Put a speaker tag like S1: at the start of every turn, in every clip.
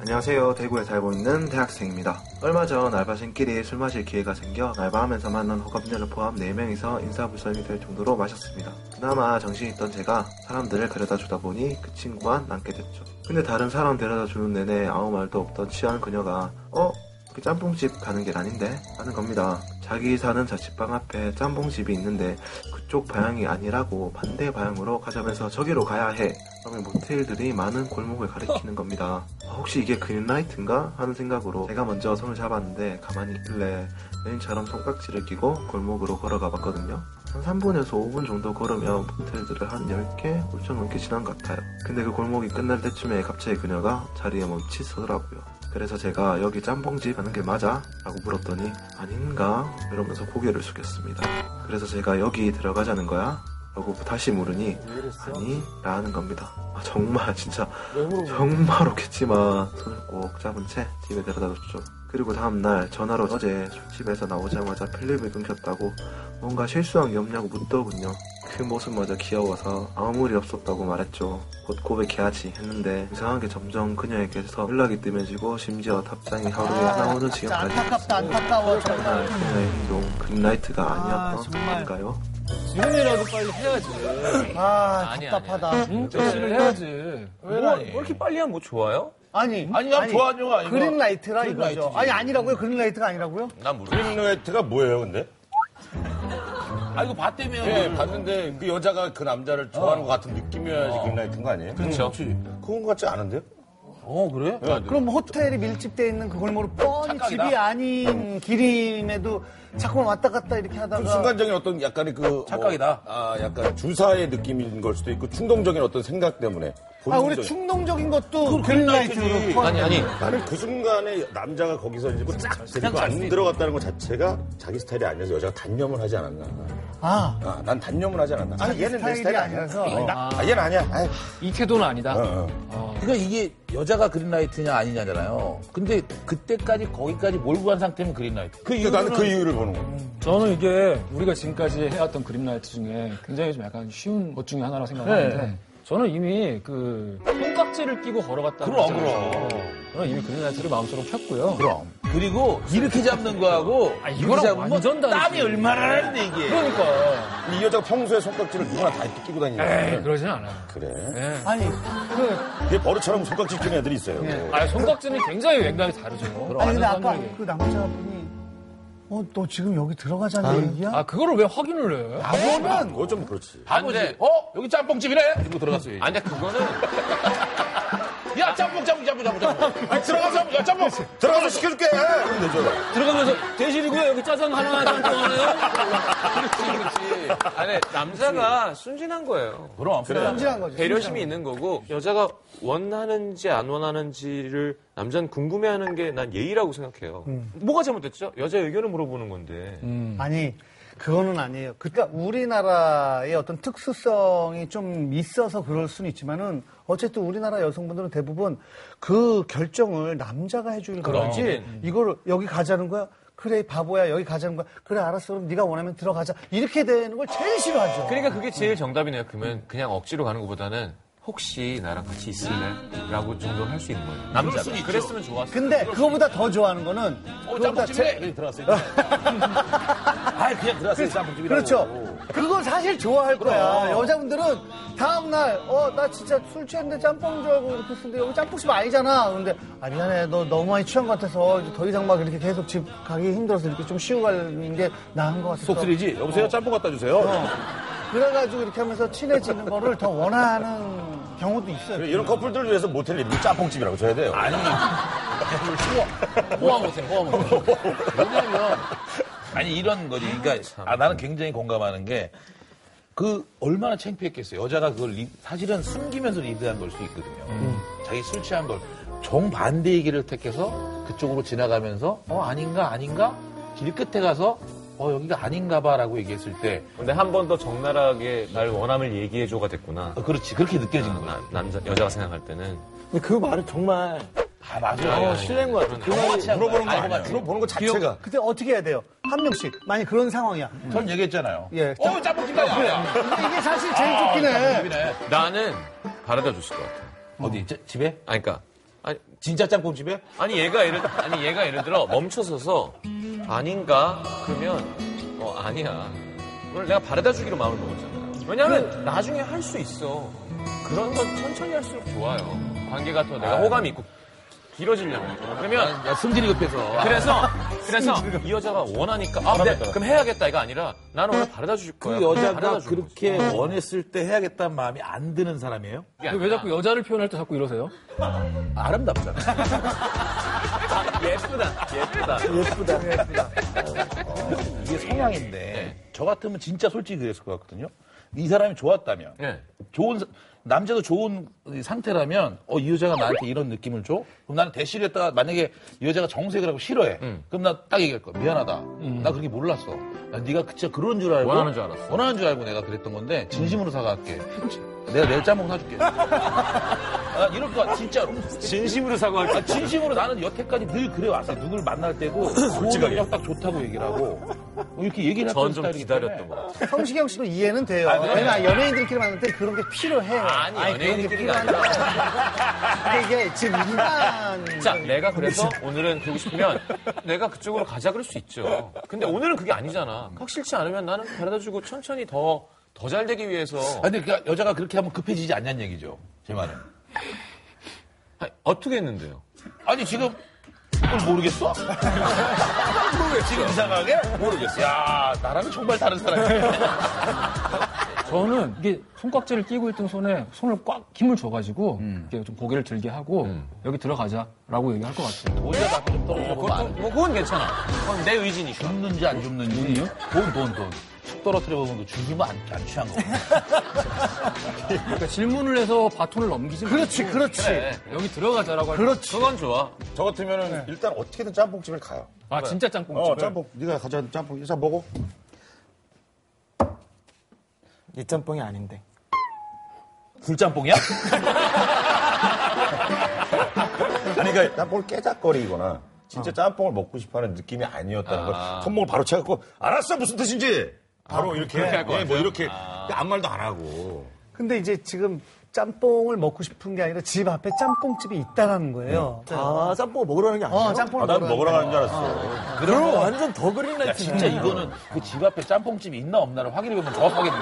S1: 안녕하세요. 대구에 살고 있는 대학생입니다. 얼마 전 알바생끼리 술 마실 기회가 생겨 알바하면서 만난 호감녀를 포함 4명이서 인사불성이 될 정도로 마셨습니다. 그나마 정신이 있던 제가 사람들을 데려다 주다 보니 그 친구만 남게 됐죠. 근데 다른 사람 데려다 주는 내내 아무 말도 없던 취한 그녀가 어? 그 짬뽕집 가는 길 아닌데? 하는 겁니다. 자기 사는 자취방 앞에 짬뽕집이 있는데 그쪽 방향이 아니라고 반대 방향으로 가자면서 저기로 가야 해. 그러면 모텔들이 많은 골목을 가리키는 겁니다. 아, 혹시 이게 그린라이트인가? 하는 생각으로 제가 먼저 손을 잡았는데 가만히 있길래 여인처럼 손깍지를 끼고 골목으로 걸어가 봤거든요. 한 3분에서 5분 정도 걸으며 모텔들을 한 10개 훌쩍 넘게 지난 것 같아요. 근데 그 골목이 끝날 때쯤에 갑자기 그녀가 자리에 멈칫서더라고요. 그래서 제가 여기 짬뽕집 가는 게 맞아? 라고 물었더니 아닌가? 이러면서 고개를 숙였습니다. 그래서 제가 여기 들어가자는 거야? 라고 다시 물으니
S2: 왜 이랬어?
S1: 아니 라는 겁니다. 아, 정말 진짜
S2: 왜 물어보는
S1: 정말 없겠지만 손을 꼭 잡은 채 집에 데려다 줬죠. 그리고 다음날 전화로 어제 술집에서 나오자마자 필름이 끊겼다고 뭔가 실수한 게 없냐고 묻더군요. 그 모습마저 귀여워서 아무 일 없었다고 말했죠. 곧 고백해야지 했는데 이상하게 점점 그녀에게서 연락이 뜸해지고 심지어 답장이 하루에 나오는
S3: 진짜
S1: 지경까지
S3: 아, 안타깝다 안타까워
S1: 그날
S3: 정말
S1: 그녀의 행동 그린라이트가
S3: 아,
S1: 아니었던
S3: 정말.
S1: 건가요?
S4: 지금이라도 빨리 해야지.
S3: 아
S5: 아니,
S3: 답답하다
S4: 진짜 실을 해야지.
S5: 뭐,
S6: 예.
S5: 왜 이렇게 빨리 하면 뭐 좋아요?
S3: 아니
S4: 아니, 난 좋아하는 거 아니고.
S3: 그린라이트라 이거죠
S4: 그린라이트지.
S3: 아니 아니라고요 그린라이트가 아니라고요
S5: 난 모르겠어.
S7: 그린라이트가 뭐예요, 근데?
S4: 아, 이거 봤다며.
S7: 예, 봤는데 그 여자가 그 남자를 좋아하는 것 같은 느낌이어야지 그린라이트인 거 아니에요?
S5: 그렇죠.
S7: 그건 같지 않은데요?
S4: 어, 그래?
S3: 그럼 호텔이 밀집돼 있는 그 골목으로 뻔히
S4: 착각이다.
S3: 집이 아닌 길임에도 자꾸만 왔다 갔다 이렇게 하다가
S7: 그 순간적인 어떤 약간의 그 뭐,
S4: 착각이다.
S7: 아, 약간 주사의 느낌인 걸 수도 있고 충동적인 어떤 생각 때문에.
S3: 아 우리
S7: 본능적인.
S3: 충동적인 것도 그린라이트로 포함-
S5: 아니, 아니.
S7: 나는 그 순간에 남자가 거기서 이제 뭐 쫙 데리고 안 들어갔다는 것 자체가 자기 스타일이 아니라서 여자가 단념을 하지 않았나.
S3: 아
S7: 아, 난 단념을 하지 않았나. 아,
S3: 자기
S7: 얘는 내
S3: 스타일이
S7: 스타일이
S3: 아니라서.
S7: 아니라서. 어, 나- 아, 얘는 아니야. 아이,
S8: 이 태도는 아니다.
S7: 어, 어.
S6: 그러니까 이게 여자가 그린라이트냐 아니냐잖아요. 근데 그때까지 거기까지 몰고 간 상태면 그린라이트.
S7: 그 이유 나는 그 이유를 보는 거야.
S8: 저는 이게 우리가 지금까지 해왔던 그린라이트 중에 굉장히 좀 약간 쉬운 것 중에 하나라고 생각하는데 저는 이미 그 콩깍지를 끼고 걸어갔다.
S6: 그럼,
S8: 저는 이미 그린라이트를 마음속으로 폈고요.
S6: 그럼. 그리고 이렇게 잡는 거하고
S8: 아,
S6: 이렇게
S8: 이거랑
S6: 잡으면
S8: 완전 다르지.
S6: 땀이 얼마나 나는데 이게.
S8: 그러니까.
S7: 이 여자가 평소에 손깍지를 누구나 다 이렇게 끼고
S8: 에이,
S7: 다니는 거야.
S8: 네, 그러진 않아요.
S7: 네. 그래.
S3: 아니 그
S7: 이게 버릇처럼 손깍지 끼는 애들이 있어요.
S8: 아, 손깍지는 굉장히 맥락이 다르죠.
S3: 아니
S8: 어. 아는
S3: 근데 아까
S8: 사람들에게.
S3: 그 남자분이 어 너 지금 여기 들어가자는 얘기야?
S8: 아, 그거를 왜 확인을 해요?
S7: 그거는 그거 아, 뭐 좀 그렇지.
S5: 안 돼.
S6: 어? 여기 짬뽕집이래? 이러고 들어갔어요.
S5: 안 돼, 그거는.
S6: 야, 짬뽕, 짬뽕, 짬뽕, 짬뽕. 짬뽕.
S7: 아, 들어가서 야 짬뽕 들어가서 시켜줄게. 네, 그럼 되죠.
S4: 들어가면서 대실이고요. 여기 짜장 하나, 짬뽕 하나요?
S5: 그렇지. 아니, 남자가 순진한 거예요.
S6: 그럼. 그래.
S3: 진지한 거죠.
S5: 배려심이 있는 거고, 여자가 원하는지 안 원하는지를 남자는 궁금해하는 게 난 예의라고 생각해요. 뭐가 잘못됐죠? 여자 의견을 물어보는 건데.
S6: 음.
S3: 아니 그거는 아니에요. 그러니까 우리나라의 어떤 특수성이 좀 있어서 그럴 수는 있지만은 어쨌든 우리나라 여성분들은 대부분 그 결정을 남자가 해주는 거지
S6: 음.
S3: 이거를 여기 가자는 거야. 그래 바보야 여기 가자는 거야. 그래 알았어 그럼 네가 원하면 들어가자. 이렇게 되는 걸 제일 싫어하죠.
S5: 그러니까 그게 제일 정답이네요. 그러면 그냥 억지로 가는 것보다는 혹시 나랑 같이 있을래? 라고 정도 할 수 있는 거예요. 남자가. 그랬으면 좋았어.
S3: 근데 그거보다 더 좋아하는 거는
S6: 어,
S3: 그거보다
S6: 짬뽕집이래?
S3: 제-
S6: 여기 들어갔어요. 아, 그냥 들어갔어요, 짬뽕집이라고.
S3: 그렇죠. 그거 사실 좋아할 거야. 여자분들은 다음날, 어, 나 진짜 술 취했는데 짬뽕 줄 알고 이렇게 쓰는데 여기 짬뽕집 아니잖아. 근데, 아, 미안해. 너 너무 많이 취한 것 같아서 이제 더 이상 막 이렇게 계속 집 가기 힘들어서 이렇게 좀 쉬고 가는 게 나은 것 같아서.
S6: 속쓰리지? 여보세요? 짬뽕 갖다 주세요.
S3: 그래가지고 이렇게 하면서 친해지는 거를 더 원하는 경우도 있어요.
S7: 이런 커플들 을 위해서 모텔 이름 짬뽕집이라고 줘야 돼요.
S6: 아니. 호화 못해, 호화 못해. 왜냐면, 아니, 이런 거지. 그러니까, 아, 나는 굉장히 공감하는 게, 그, 얼마나 창피했겠어요. 여자가 그걸, 리- 사실은 숨기면서 리드한 걸 수 있거든요. 자기 술 취한 걸. 정반대의 길을 택해서 그쪽으로 지나가면서, 어, 아닌가, 아닌가? 길 끝에 가서, 어, 여기가 아닌가 봐, 라고 얘기했을 때,
S5: 근데 한 번 더 적나라하게 날 원함을 얘기해줘가 됐구나.
S6: 어, 그렇지. 그렇게 느껴진 거야.
S5: 남- 남자, 여자가 생각할 때는.
S4: 근데 그 말은 정말
S6: 아, 맞아요.
S4: 실례인 것 같아요. 그 말이
S7: 물어보는 거 아니야. 물어보는 거 자체가.
S3: 그때 어떻게 해야 돼요? 한 명씩. 만약 그런 상황이야.
S6: 전 얘기했잖아요.
S3: 예.
S6: 어, 짬뽕집이다, 야.
S3: 근데 이게 사실 제일 좋긴 해.
S6: 짬뽕집이네.
S5: 나는 바라다 줬을 것 같아.
S6: 어디, 자- 집에?
S5: 아니, 그러니까. 아니,
S6: 진짜 짬뽕집에?
S5: 아니 얘가 예를 아니 얘가 예를 들어 멈춰서서 아닌가 그러면 어 아니야 오늘 내가 바래다 주기로 마음을 먹었잖아
S6: 네.
S5: 왜냐하면 나중에 할 수 있어 그런 건 천천히 할수록 좋아요 관계가 더
S6: 아.
S5: 내가 호감이 있고 길어지려면 그러면
S6: 야, 승진이 급해서.
S5: 그래서 그래서 이 여자가 원하니까 아 네, 그럼 해야겠다 이거 아니라 나는 오늘 바래다 줄 거야
S6: 그 여자가
S5: 바래다 주는
S6: 그렇게 원했을 때 해야겠다는 마음이 안 드는 사람이에요?
S5: 거지.
S8: 왜 자꾸 여자를 표현할 때 자꾸 이러세요?
S6: 아름답잖아.
S5: 예쁘다 예쁘다
S6: 어,
S5: 네.
S6: 이게 성향인데 저 같으면 진짜 솔직히 그랬을 것 같거든요. 이 사람이 좋았다면
S5: 예.
S6: 좋은 사- 남자도 좋은 이 상태라면 어 이 여자가 나한테 이런 느낌을 줘? 그럼 나는 대시를 했다가 만약에 이 여자가 정색을 하고 싫어해.
S5: 음.
S6: 그럼 나 딱 얘기할 거야. 미안하다. 나 그렇게 몰랐어. 나 네가 진짜 그런 줄 알고
S5: 뭐 원하는 줄 알았어.
S6: 원하는 줄 알고 내가 그랬던 건데 진심으로 사과할게. 내가 내일 짬뽕 사줄게. 아, 이럴 거야 진짜로.
S5: 진심으로 사과할
S6: 아, 진심으로 나는 여태까지 늘 그래 왔어요. 누굴 만날 때도 솔직하게 딱 좋다고 얘기를 하고 뭐 이렇게 얘기를 했던
S5: 전좀
S6: 스타일이기
S5: 기다렸던
S6: 때문에.
S5: 거 같아.
S3: 성시경 씨도 이해는 돼요. 왜냐 연예인들끼리 만날 때 그런 게 필요해요.
S5: 아니, 연예인들끼리가
S3: 그런 게 필요한데. 근데 이게 지금 일반
S5: 자, 내가 그래서 오늘은 보고 싶으면 내가 그쪽으로 가자 그럴 수 있죠. 근데 오늘은 그게 아니잖아. 확실치 않으면 나는 받아주고 천천히 더, 더 잘 되기 위해서.
S6: 아, 근데 그 여자가 그렇게 하면 급해지지 않냐는 얘기죠. 제 말은.
S5: 아니, 어떻게 했는데요?
S6: 아니 지금 그걸 모르겠어? 지금 이상하게? 모르겠어. 야 나랑 정말 다른 사람이야.
S8: 저는 이게 손깍지를 끼고 있던 손에 손을 꽉 힘을 줘가지고 이렇게 좀 고개를 들게 하고 여기 들어가자라고 얘기할 것 같아요.
S6: 돈이라도 앞에 좀 떨어져보면
S5: 그것도,
S6: 안 돼.
S5: 뭐, 그건 괜찮아. 그건 내 의지니까.
S6: 죽는지 안 죽는지. 돈, 돈, 돈. 툭 떨어뜨려보면 그 죽이면 안, 안 취한 거고.
S8: 그러니까 질문을 해서 바톤을 넘기지
S3: 그렇지 그렇지
S8: 여기 들어가자라고 할
S3: 그렇지.
S5: 그건 좋아.
S7: 저 같으면은 일단 어떻게든 짬뽕집을 가요.
S8: 거. 아 진짜 짬뽕.
S7: 어, 짬뽕. 네가 가져간 짬뽕. 일단 먹어.
S2: 이 짬뽕이 아닌데.
S6: 굴짬뽕이야?
S7: 아니 그러니까 짬뽕을 깨작거리거나
S2: 어.
S7: 진짜 짬뽕을 먹고 싶어하는 느낌이 아니었다는 걸 손목을 바로 채갖고 알았어 무슨 뜻인지
S2: 아,
S7: 바로 이렇게 예, 뭐 이렇게 아무 말도 안 하고
S3: 근데 이제 지금 짬뽕을 먹고 싶은 게 아니라 집 앞에 짬뽕집이 있다라는 거예요.
S2: 아, 짬뽕 먹으라는 게 아니야. 아.
S3: 어, 짬뽕을
S7: 아, 난
S3: 먹으라는
S7: 먹으러 가는 줄 알았어.
S2: 그럼 완전 더 그린
S6: 야,
S2: 라이트.
S6: 진짜 이거는 그 집 앞에 짬뽕집이 있나 없나를 확인해보면 정확하겠네.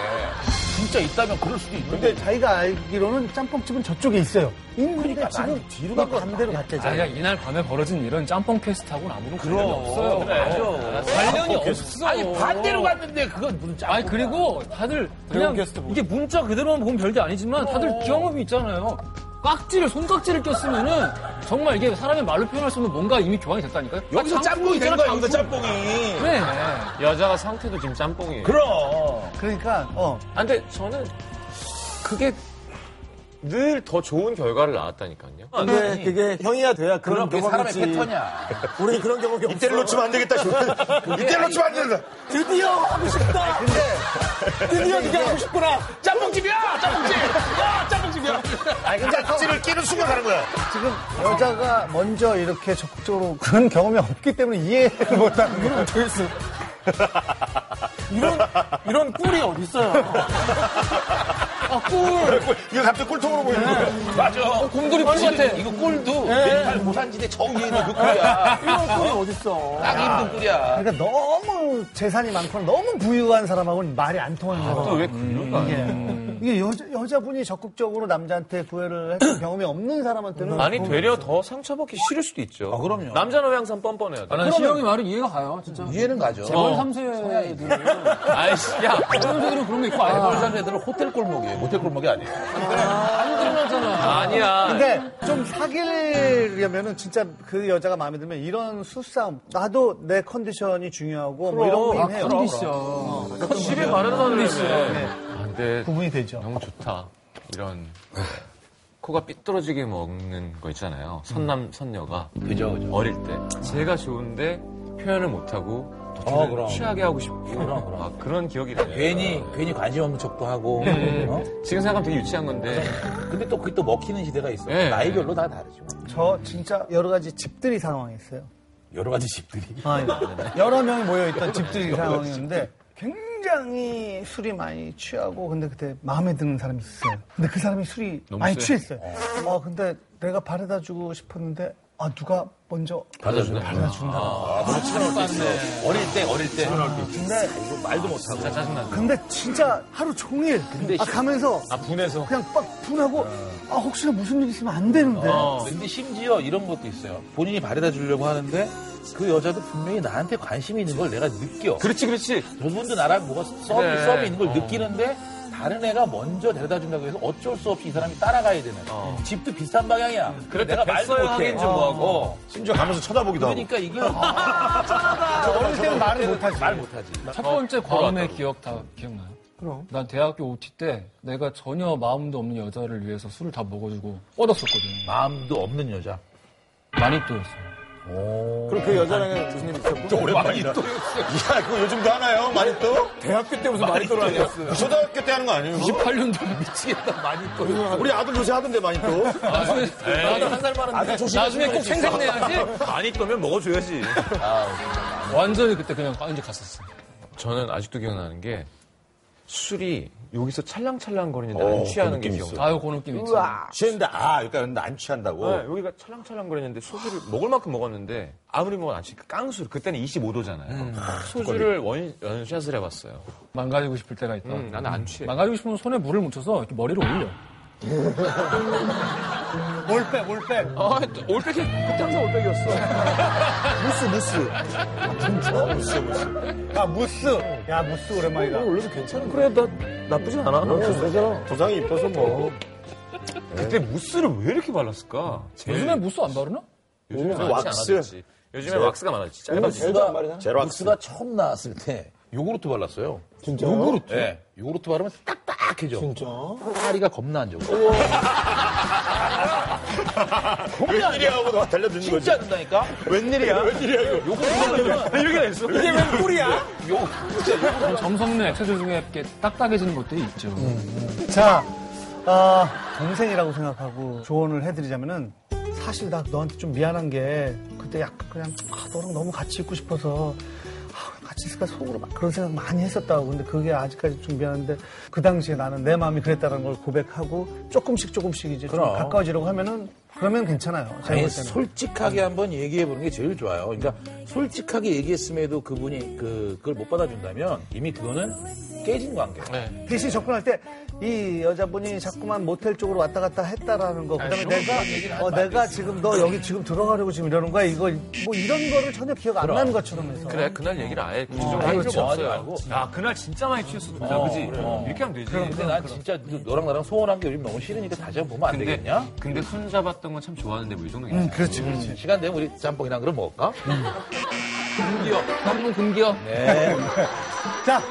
S6: 진짜 있다면 그럴 수도 있는데.
S3: 근데 자기가 알기로는 짬뽕집은 저쪽에 있어요. 있는데 지금 뒤로 가고 반대로 갔대.
S8: 아니야 이날 밤에 벌어진 일은 짬뽕 퀘스트하고는 아무런 관련이 없어요. 관련이 없어.
S6: 아니 반대로 갔는데 그건 무슨 짬뽕?
S8: 아니 그리고 다들 그냥 이게 문자 그대로만 보면 별게 아니지만 다들
S6: 어.
S8: 경험이 있잖아요. 깍지를 손깍지를 꼈으면은 정말 이게 사람의 말로 표현할 수 없는 뭔가 이미 교환이 됐다니까요.
S6: 여기서
S8: 아,
S6: 짬뽕이 된 거야, 여기서
S8: 장풍. 네.
S6: 짬뽕이.
S8: 그래.
S5: 여자가 상태도 지금 짬뽕이에요.
S6: 그럼.
S3: 그러니까 어
S5: 아, 근데 저는 그게 늘 더 좋은 결과를 낳았다니까요.
S2: 근데 그게 형이야 돼야 그런
S6: 그럼 그게 사람의
S2: 경험이지.
S6: 패턴이야.
S2: 우리 그런 경험이 없어.
S7: 이때를 놓치면 안 되겠다.
S2: 아.
S7: 이때를 놓치면 안 된다.
S2: 드디어 하고 싶다. 드디어 네가 하고 싶구나.
S6: 짬뽕집이야! 짬뽕집! 야, 짬뽕집이야!
S3: 아니, 근데 그-
S7: 찌를 끼는 순간 가는 거야.
S3: 지금 여자가 먼저 이렇게 적극적으로 그런 경험이 없기 때문에 이해를 못하는 거예요.
S2: 이런 이런 꿀이 어디 있어요?
S8: 아,
S7: 이거 갑자기 꿀통으로 보이는 거야.
S6: 맞아. 어, 곰돌이 꿀 같아. 예. 이거 꿀도 멘탈 고산지대 정위에 있는 그 꿀이야.
S2: 이런 꿀이 어디 있어?
S6: 딱 힘든 꿀이야.
S3: 그러니까 너무 재산이 많거나 너무 부유한 사람하고는 말이 안 통하는 거예요.
S5: 아, 또왜 그럴까? 음.
S3: 이게 여자, 여자분이 적극적으로 남자한테 구애를 했던 경험이 없는 사람한테는
S5: 아니, 음. 되려 더 상처받기 싫을 수도 있죠.
S6: 아, 그럼요.
S5: 남자는 왜 항상 뻔뻔해야 돼?
S8: 아, 난 시영이 말이 이해가 가요, 진짜.
S6: 이해는 가죠. 어.
S8: 재벌 3세들은
S5: 아이씨, 야.
S8: 재벌 세들은 그런 게 있고
S6: 재벌
S8: 아예
S6: 산 애들은 호텔 골목이에요. 모텔 골목이 아니에요.
S5: 아니야.
S3: 근데 좀 사귀려면은 진짜 그 여자가 마음에 들면 이런 수싸움 나도 내 컨디션이 중요하고 뭐 이런 거긴
S5: 아,
S3: 해요.
S5: 어.
S8: 컨디션.
S5: 집에 바른다는 네. 근데
S3: 구분이 되죠.
S5: 너무 좋다. 이런 코가 삐뚤어지게 먹는 거 있잖아요. 선남 선녀가
S6: 그죠, 그죠.
S5: 어릴 때 제가 좋은데 표현을 못 하고
S6: 어, 그럼.
S5: 취하게 하고 싶고 아, 그런 기억이 나요.
S6: 괜히, 괜히 관심 없는 척도 하고. 어?
S5: 지금 생각하면 되게 유치한 건데
S6: 근데 또 그게 또 먹히는 시대가 있어요.
S5: 예.
S6: 나이별로 다 다르죠.
S3: 저 진짜 여러 가지 집들이 상황이 있어요.
S6: 여러 가지 집들이.
S5: 네.
S3: 여러 명이 모여 있던 집들이 상황이었는데 굉장히 굉장히 술이 많이 취하고 근데 그때 마음에 드는 사람이 있어요. 근데 그 사람이 술이 많이 취했어요. 어 근데 내가 바래다 주고 싶었는데 아 누가 먼저
S6: 받아준다. 그렇죠.
S3: 받아준다.
S6: 어릴 때, 어릴 때.
S3: 근데
S6: 말도 못하고.
S3: 근데 진짜 하루 종일 아, 가면서
S5: 아, 분해서. 어.
S3: 그냥 빡 분하고 아 혹시나 무슨 일 있으면 안 되는데
S6: 어, 근데 심지어 이런 것도 있어요. 본인이 바래다 주려고 하는데 그 여자도 분명히 나한테 관심이 있는 걸 내가 느껴.
S5: 그렇지, 그렇지. 네. 어.
S6: 저분도 나랑 뭐가 썸이,
S5: 그래.
S6: 썸이 있는 걸 느끼는데 다른 애가 먼저 데려다 준다고 해서 어쩔 수 없이 이 사람이 따라가야 되는. 집도 비슷한 방향이야.
S5: 어. 그럴 때
S6: 내가 말도
S5: 뱃살
S6: 못해. 어.
S5: 하긴 좀 뭐하고.
S7: 심지어 가면서 쳐다보기도 하고.
S6: 그러니까 이게
S3: 아,
S6: 아,
S3: 어릴 때는 말을 못하지.
S6: 말 못하지.
S8: 첫 번째 과음의 기억 다 기억나요? 어. 그럼. 난 대학교 OT 때 내가 전혀 마음도 없는 여자를 위해서 술을 다 먹어주고 뻗었었거든.
S6: 마음도 없는 여자.
S8: 많이 또였어요.
S2: 그럼 그 여자랑은 교수님 있었고
S7: 또 오랜만이다. 아, 이야, 그거 요즘도 하나요? 많이 또?
S2: 대학교 때 무슨 많이 돌아다녔어요.
S7: 초등학교 때 하는 거 아니에요? 그거?
S8: 8년도 미치겠다. 많이 또.
S7: 우리 아들 요새 하던데 많이 또?
S8: 나중에,
S5: 네.
S8: 나도 한살 많은데. 나중에 꼭 생색내야지.
S5: 많이 떠면 먹어줘야지.
S8: 완전히 그때 그냥 완전 갔었어.
S5: 저는 아직도 기억나는 게 술이 여기서 찰랑찰랑 거리는데 안 취하는 게
S7: 어, 느낌
S5: 기억나.
S8: 아유, 그 느낌 있지.
S7: 취했는데, 아, 그러니까 근데 안 취한다고.
S5: 네, 여기가 찰랑찰랑 거리는데 소주를 먹을 만큼 먹었는데 아무리 먹어도 안 취니까 깡술 그때는 25도잖아요. 음. 소주를 원, 원샷을 해봤어요.
S8: 망가지고 싶을 때가 있다.
S5: 음, 나는 안 취해.
S8: 망가지고 싶으면 손에 물을 묻혀서 이렇게 머리를 올려.
S3: 올백 올백
S5: 아, 올백이 그때 항상 올백이었어.
S7: 무스, 무스. 어, 무스, 무스.
S3: 야 무스 야 무스 오랜만이다.
S5: 그래 나 나쁘지 않아. 어,
S7: 도장이 이뻐서 뭐.
S5: 그때 무스를 왜 이렇게 발랐을까? 제일-
S8: 요즘에 무스 안 바르나?
S5: 요즘에
S7: 요즘에
S5: 많지
S7: 왁스.
S5: 음, 않아졌지. 요즘에 왁스가 많아졌지. 짧아졌지.
S7: 제로악스.
S6: 육수가 처음 나왔을 때 요구르트 발랐어요. 진짜? 요구르트? 네. 요구르트 바르면 딱딱해져. 진짜? 다리가 겁나 안 좋아.
S7: 웬일이야 하고 너 달려드는 거지.
S6: 진짜 안 된다니까?
S7: 웬일이야? 웬일이야, 이거.
S8: 점성내 액세서 중에 이렇게 딱딱해지는 것들이 있죠.
S3: 자, 아, 동생이라고 생각하고 조언을 해드리자면은 사실 나 너한테 좀 미안한 게 그때 약간 그냥 아, 너랑 너무 같이 있고 싶어서 아, 같이 있을까 속으로 막 그런 생각 많이 했었다고 근데 그게 아직까지 좀 미안한데 그 당시에 나는 내 마음이 그랬다는 걸 고백하고 조금씩 조금씩 이제 좀 가까워지려고 하면은 그러면 괜찮아요. 제가
S6: 아니,
S3: 볼 때는.
S6: 솔직하게 한번 얘기해 보는 게 제일 좋아요. 그러니까 솔직하게 얘기했음에도 그분이 그, 그걸 못 받아준다면 이미 그거는 깨진 관계.
S5: 네.
S3: 대신 접근할 때 이 여자분이 자꾸만 모텔 쪽으로 왔다 갔다 했다라는 거. 그다음에 내가 어, 내가 지금 너 여기 지금 들어가려고 지금 이러는 거야. 이거 뭐 이런 거를 전혀 기억 안 나는 것처럼 해서.
S5: 네, 그래 그날 얘기를 아예 구체적으로 할
S6: 그렇죠.
S5: 필요가 없어요.
S6: 말고.
S5: 야 그날 진짜 많이 취했어. 어, 그지? 이렇게 하면 되지.
S6: 근데 난 진짜 너랑 나랑 소원한 게 요즘 너무 싫으니까 다시 한번 보면 안
S5: 근데
S6: 되겠냐?
S5: 근데 손 잡았던 건 참 좋았는데 뭐 이 정도 괜찮아.
S3: 그렇지, 그렇지.
S5: 네.
S6: 시간 되면 우리 짬뽕이랑 그럼 먹을까?
S8: 한분 금기요.
S6: 네.
S3: 자,